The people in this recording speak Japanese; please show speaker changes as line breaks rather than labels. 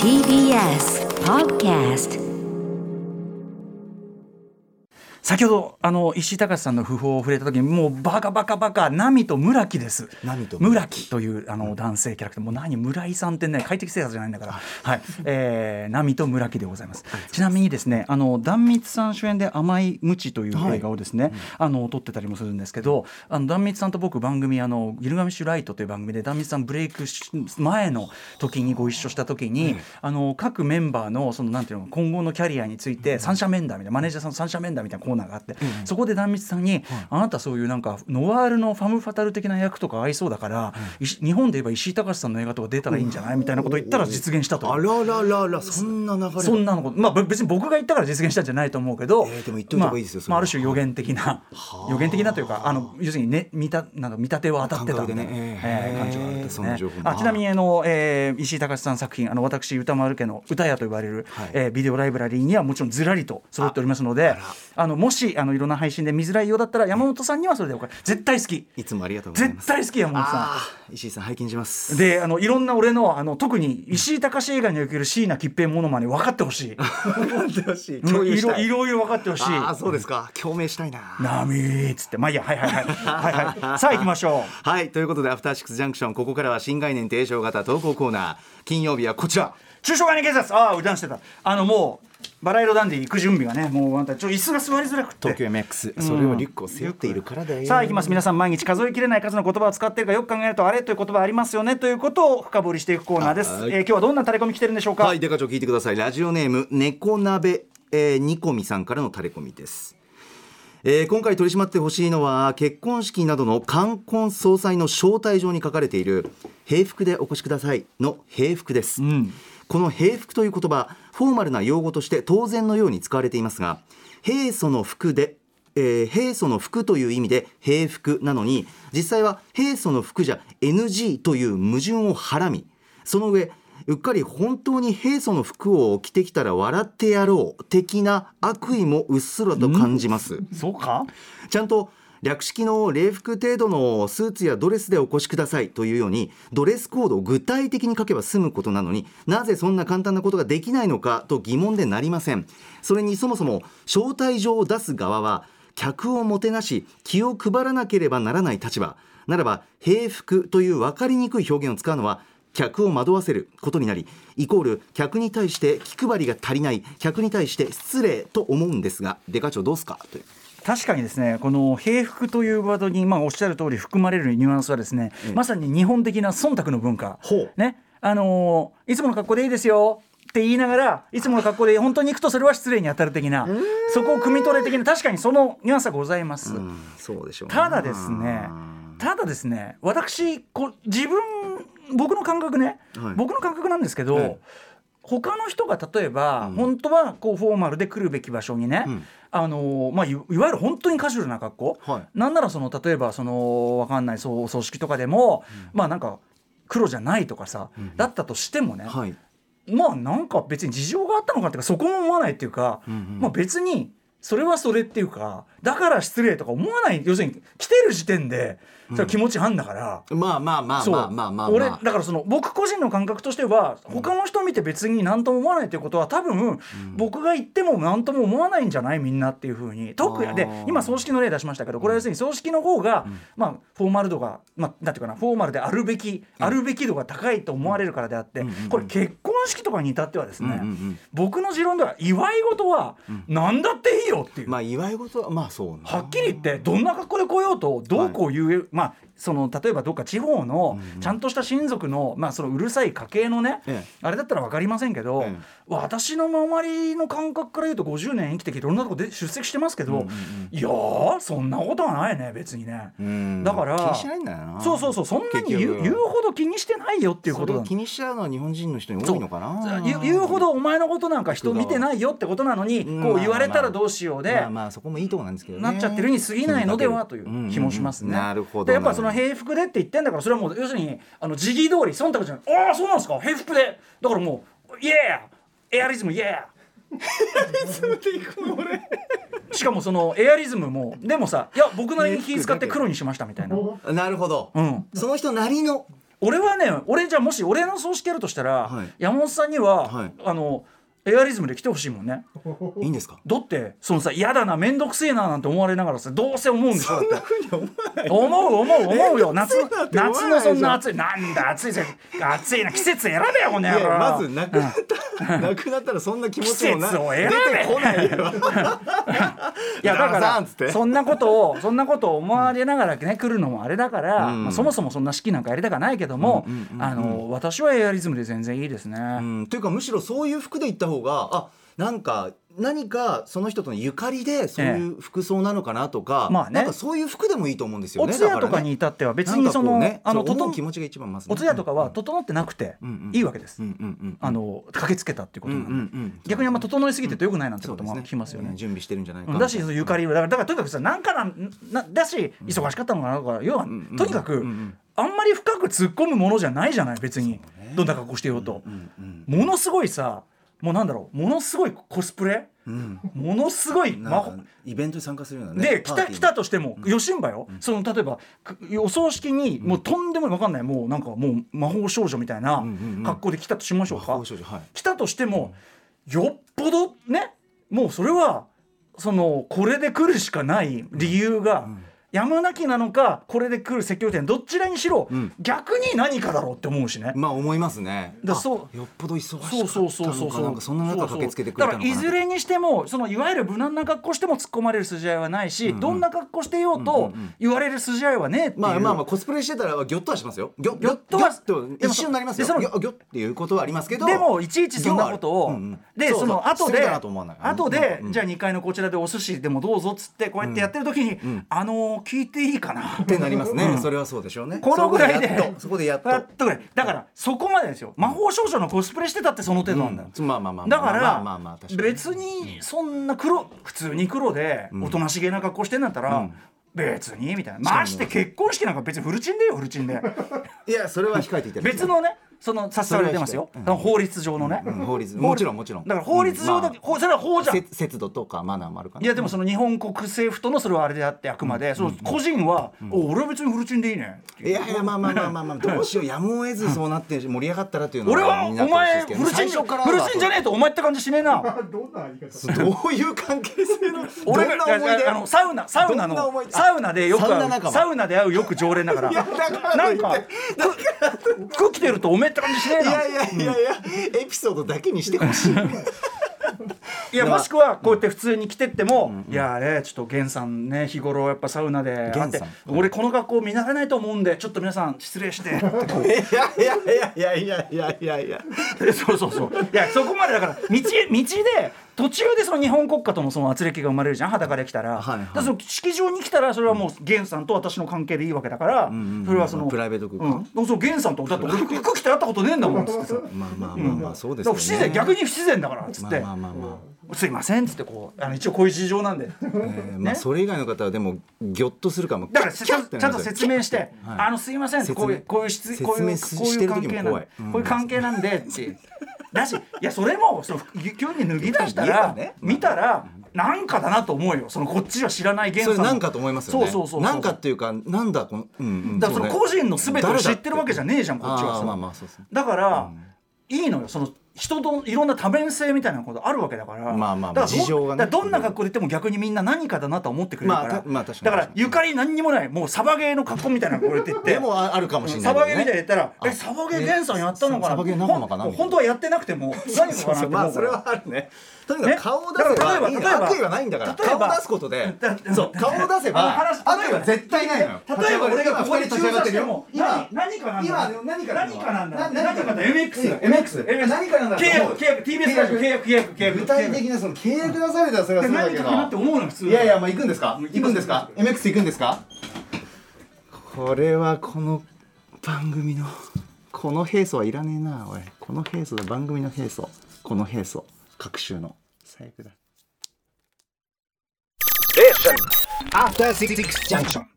TBS Podcast
先ほどあの石井隆さんの訃報を触れた時にもうバカバカバカ波と村木です
波と
村木というあの男性キャラクターもう何村井さんってね快適生活じゃないんだからはい、えー、波と村木でございますちなみにですねあの壇蜜さん主演で「甘い無知」という映画をですね、あの撮ってたりもするんですけどあの壇蜜さんと僕番組「あのギルガメッシュライト」という番組で壇蜜さんブレイクし前の時にご一緒した時に、あの各メンバーのそのなんていうの今後のキャリアについて三者面談みたいなマネージャーさんの三者面談みたいなコーナーがあって、そこで壇蜜さんに、あなたそういうなんかノワールのファム・ファタル的な役とか合いそうだから、いし日本で言えば石井隆さんの映画とか出たらいいんじゃないみたいなことを言ったら実現したという。
あららららそんな流れが
そんなのこと、まあ、ぶ別に僕が言ったから実現したんじゃないと思うけど、
えーでも言っといた方がいいですよそれ
まあ、ま
は
あある種予言的な、予言的なというかあの要するに、ね、見たなんか見立ては当たってたみたいな
感覚でね
え
えー
ー感じがあるんです
そんな情報
ね
も
あちなみにあの、えー石井隆さん作品あの私歌丸家の歌屋と言われる、
はい
えービデオライブラリーにはもちろんずらりと揃っておりますのであのもしあのいろんな配信で見づらいようだったら山本さんにはそれでおか絶対好き
いつもありがとうございま
絶
す
対好き山本さん。
あー石井さん拝見します
であのいろんな俺のあの特に石井隆映画における椎名桔平モノマネ分かってほしい。
楽しい
いろ
共有
い
したい
ろいろ分かってほしい。
ああそうですか共鳴したいな
波っつって、まあいいや、はいはいはい、はいはい、 さあ行きましょ
はいということで「アフターシックスジャンクション」ここからは新概念提唱型投稿コーナー金曜日はこちら
う。中小概念警察、ああ、油断してた、あのもう、バラ色ダンディ行く準備がね、もう、あんた、ちょ、椅子が座りづらくって。
東京 MX それをリュックを背負っているからだよ
さあ行きます皆さん毎日数えきれない数の言葉を使ってるかよく考えるとあれという言葉ありますよねということを深掘りしていくコーナーです、
あは
え
い
ー今日はどんなタレコミ来てるんでしょうか、
はいデカ長聞いてくださいラジオネーム猫鍋、えー、ニコミさんからのタレコミですえー今回取り締まってほしいのは結婚式などの冠婚葬祭の招待状に書かれている「平服でお越しください」の「平服」です、
ん
この「平服」という言葉フォーマルな用語として当然のように使われていますが「平素の服で」えー平素の服という意味で平服なのに実際は平素の服じゃ NG という矛盾をはらみその上うっかり本当に平素の服を着てきたら笑ってやろう的な悪意もうっすらと感じます。
そうか
ちゃんと略式の礼服程度のスーツやドレスでお越しくださいというようにドレスコードを具体的に書けば済むことなのになぜそんな簡単なことができないのかと疑問でなりませんそれにそもそも招待状を出す側は客をもてなし気を配らなければならない立場ならば平服という分かりにくい表現を使うのは客を惑わせることになりイコール客に対して気配りが足りない客に対して失礼と思うんですがデカ長どうすかという
確かにですねこの「平服」というワードに、まあ、おっしゃる通り含まれるニュアンスはですね、まさに日本的な忖度の文化、
ほう
ねあのーいつもの格好でいいですよって言いながらいつもの格好で本当に行くとそれは失礼に当たる的なそこを汲み取れ的な確かにそのニュアンスはございます。
うんそうでしょうね
ただですねただですね私こう自分僕の感覚ね、
はい
僕の感覚なんですけど、
ええ
他の人が例えば、
ん
本当はこうフォーマルで来るべき場所にね、
うん
あのーまあ、いいわゆる本当にカジュアルな格好、
はい
なんならその例えばそのわかんないそうお葬式とかでも、まあなんか黒じゃないとかさ、だったとしてもね、
はい
まあなんか別に事情があったのかっていうかそこも思わないっていうか、
うんうん
まあ別にそれはそれっていうかだから失礼とか思わない要するに来てる時点でそれは気持ちあんだから。
まあまあまあ
そう
まあまあまあ
俺
ま
だ
あ
からその僕個人の感覚としては他の人見て別に何とも思わないということは多分僕が言っても何とも思わないんじゃないみんなっていうふうに特に
あー
で今葬式の例出しましたけどこれは要するに葬式の方がまあフォーマル度がまあなんていうかなフォーマルであるべきあるべき度が高いと思われるからであって
んうんうん
これ結婚式とかに至ってはですね
うんうんうん
僕の持論では祝い事は何だっていいよっていう
まあ祝い事はまあそうな
はっきり言ってどんな格好で来ようとどうこう言う、まあその例えばどっか地方のちゃんとした親族の,、まあそのうるさい家系のね、
ええ
あれだったら分かりませんけど、
ええ
私の周りの感覚から言うと50年生きてきていろんなとこで出席してますけど、
んうん
いやーそんなことはないね別にね。
うん
だから
気にしないんだよな
そうそうそうそんなに言
結
う
局
言うほど気にしてないよっていうこ
そ
と
れ
な
を
んだ
気にしちゃうのは日本人の人に多いのかな
言う言うほどお前のことなんか人
人が
見てないよってことなのに
うん
こう言われたらどうしようで、
まあまあそこもいいとこなんですけどね
なっちゃってるに過ぎないのではという気もしますね。
うんうんうんなるほど
でやっぱその平服でって言ってんだからそれはもう要するにあの時期通り忖度じゃないああそうなんですか平服でだからもう「イエーエアリズムイエーエアリズムで行くの俺しかもそのエアリズムもでもさ「いや僕なりに気使って黒にしました」みたいな。
なるほど
うん
その人なりの
俺はね俺じゃあもし俺の葬式やるとしたら、
はい
山本さんには、
はい
あのエアリズムで来てほしいもんね
いいんですか
だってそのさ嫌だな面倒くせえななんて思われながらさどうせ思うんでしょだって思う思う思うよ夏の
面倒くせえなって
夏
思
の
わないじゃ
そ
ん
んな暑いなんだ暑いぜ暑いな季節選べよこの
い
野
や
郎
まずなくなったなくなったらそんな気持ちもな
季節を選
出
べ
てこないよ
いやだか
山さんっつって
らそんなことをそんなことを思われながらね来るのもあれだから、
うん
まあ、そもそもそんな式なんかやりたくはないけども、あの私はエアリズムで全然いいですね。
うんというかむしろそういう服で行った方があなんか何かその人とのゆかりでそういう服装なのかなとか、
えまあね
なんかそういう服でもいいと思うんですよ
お
ね。
通夜と
だ
から
ね
に至っては別にそ
な
の、
んかこうね、
あの
そう思う
整
気持ちが一番まず、ね。
お通夜とかは整ってなくて
うんうん
いいわけです、
うんうん
あの駆けつけたっていうこ
うんう
と
ん
な
うん
で、
んうん。
逆にあんま整いすぎてるとよくないなんて
そ
こ
う
と
です
も
ね
聞きますよね。
うん準備してるんじゃないか
うん
な。
だしゆかりだからだからとにかくさなんかなんなだし忙しかったのかなとか要は
んうん
とにかく、
うんうん
あんまり深く突っ込むものじゃないじゃない別に、どんな格好してようと、
うん
ものすごいさもうなんだろうものすごいコスプレ
うん。
ものすごい
な
魔
ん
法
かイベントに参加するようなね。
で来
パーティ
た
ーに
来たとしても余震ばよ、その例えばくお葬式にもうとんでも分かんないもうなんかもう魔法少女みたいなん
うんうん
格好で来たとしましょう
魔
か
法少女はい
来たとしてもよっぽどねもうそれはそのこれで来るしかない理由が。やむなきなのかこれで来る説教点どちらにしろ、
うん
逆に何かだろうって思うしね。
まあ思いますね。
だ
あ
そう
よっぽど忙しかった
そうそうそうそう
のか
そう
なんかそんな中駆けつけてくれ
だ
た
か
の
ら
かな。
いずれにしてもそのいわゆる無難な格好しても突っ込まれる筋合いはないし、どんな格好してようと言われる筋合いはねえっていう、
まあまあまあコスプレしてたらギョッとはしますよ。ギョ
ギョッとは
ギョッと一瞬になりますよ。
でその
ギョギョッっていうことはありますけど。
でもいちいちそんなことを、
うんうん
で
そ
そ
うそう
の後
失
で
礼だなと思わない
後で、
うんうん
じゃあ2階のこちらでお寿司でもどうぞっつってこうやってやってる時に、
ん
あのー聞いていい かな
ってなりますね。それはそうでしょうね。
このぐらいで
そこでやっと。
やっ
そこでやっと
とぐらいだからそこまでですよ魔法少女のコスプレしてたってその程度なんだよ、
まあまあまあまあ。
だか
まあまあまあ
ら
確かに。
別にそんな黒普通に黒でおとなしげな格好してんだったら別にみたいなまして結婚式なんか別にフルチンでよフルチンで
いやそれは控えていただきたい
別。のねその察されてますよ
それはして
その法律上のね
うん法律もちろんもちろん。
だから法律上だけ
うんま
ほそれは法
あ
じゃん
せ節度とかマナーもあるか
い
ら。
やでもその日本国政府とのそれはあれであってあくまでその個人はお俺は別にフルチンでいいねっていう
いやいやまあまあまあまあ まあどうしようやむを得ずそうなって盛り上がったらというの
俺は
み
お
んなや
前
って
フ
ほ
ル
しい
チ
で
ン
すけど最初から
フルチンじゃねえとお前って感じしねえな
どういう関係性の
俺
どんな思い出
あのサウナサウナ
どんな思
の
い出
サウナでよく
サ
会
ウナ仲間
うサウナで会うよく常連だ からなんか服服着てるとおめえって感じしねえ
い
な
やいやいやいや、エピソードだけにしてほしい。
いやもしくはこうやって普通に着てっても、いやあれちょっと源さんね日頃やっぱサウナで会って
源さん
俺この学校見慣れないと思うんでちょっと皆さん失礼して
いやいやいやいやいやいやいや
そうそうそういやそこまでだから道道で途中でその日本国家とのその圧力が生まれるじゃん裸で来たら,、
はいは
だ
い
からその式場に来たらそれはもう源さんと私の関係でいいわけだから、
んうん
それはその
プライベート空間
うん、そう源さんとだって俺服着て会ったことねえんだもん っつってさ。
まあまあまあまあ、そうです
だ
よ
から不自
ね。
然逆に不自然だからっつっ
ま
て、
あまあまあま
すいませんっつってこうあの一応こういう事情なんで
あ。えーまあ、それ以外の方はでも、ぎょっとするかも。
だから
キ
せ
ャ
ちゃ
ッ
ん
て
と
な
ちゃん
ま
と
すよ
説明して「
はい
あのすいません」
説明
こういうこういう質こういう
説
こ
明
う
し
い
て
う
る
関
時も
係なん
怖い
でこういう関係なんでってだしいやそれもその急に脱ぎ出した
言えば
ら
ね
見たらなんかだなと思うよそのこっちは知らない
そ
源
れ
さん
なんかと思いますよね。
そうそうそうそう
なんかっていうか、なんだ、この。うんうん
だからその
うね
個人の全てを知ってるわけじゃねえじゃん
誰
こ
だ
っち
あ
は
ー
さ
まあまあ、そうですね。
だから、いいのよその人といろんな多面性みたいなことあるわけだから
まあまあまあ
だからど
事情がね
だからどんな格好で言っても逆にみんな何かだなと思ってくれるから、
まあたまあ確かに
だからゆかり何にもないもうサバゲーの格好みたいなこれって言って
でも、ああるかもしれな
サ
い。
バゲーみたいに言
な。
ったら「
あ
えサバゲー源さんやったのかな?」
サバゲー仲間かな
ほん本当はやってなくても何もかなって思うから
まあそれはあるね。とにかく
ね
顔を出せ
だから
ば
例
い
え
い
ば例えば
悪意はないんだから
例えば
顔を出すことで
だだ
そう顔を出せ
あの
ば
話
悪意は絶対ないのよ
例えば俺がここに
立
立
ち
ち上
上が
が
っ
っててる
るよ
よ
今
何かなんだ
今何かなん
何
だ
かなんだ
な何
何か
かなんだ
だ MX
MX 何かなんだ
契約契約 TBS ラジオ契約契約契約
具体的なその契約出されたらそれはそうだ
何
け
かかなって
ど
思うの普通
いやいやまあ行くんですか行くんですか MX 行くんですかこれはこの番組のこの平素はいらねえなおいこの平素だ番組の平素この平素各週の最悪だ
After Six Junction.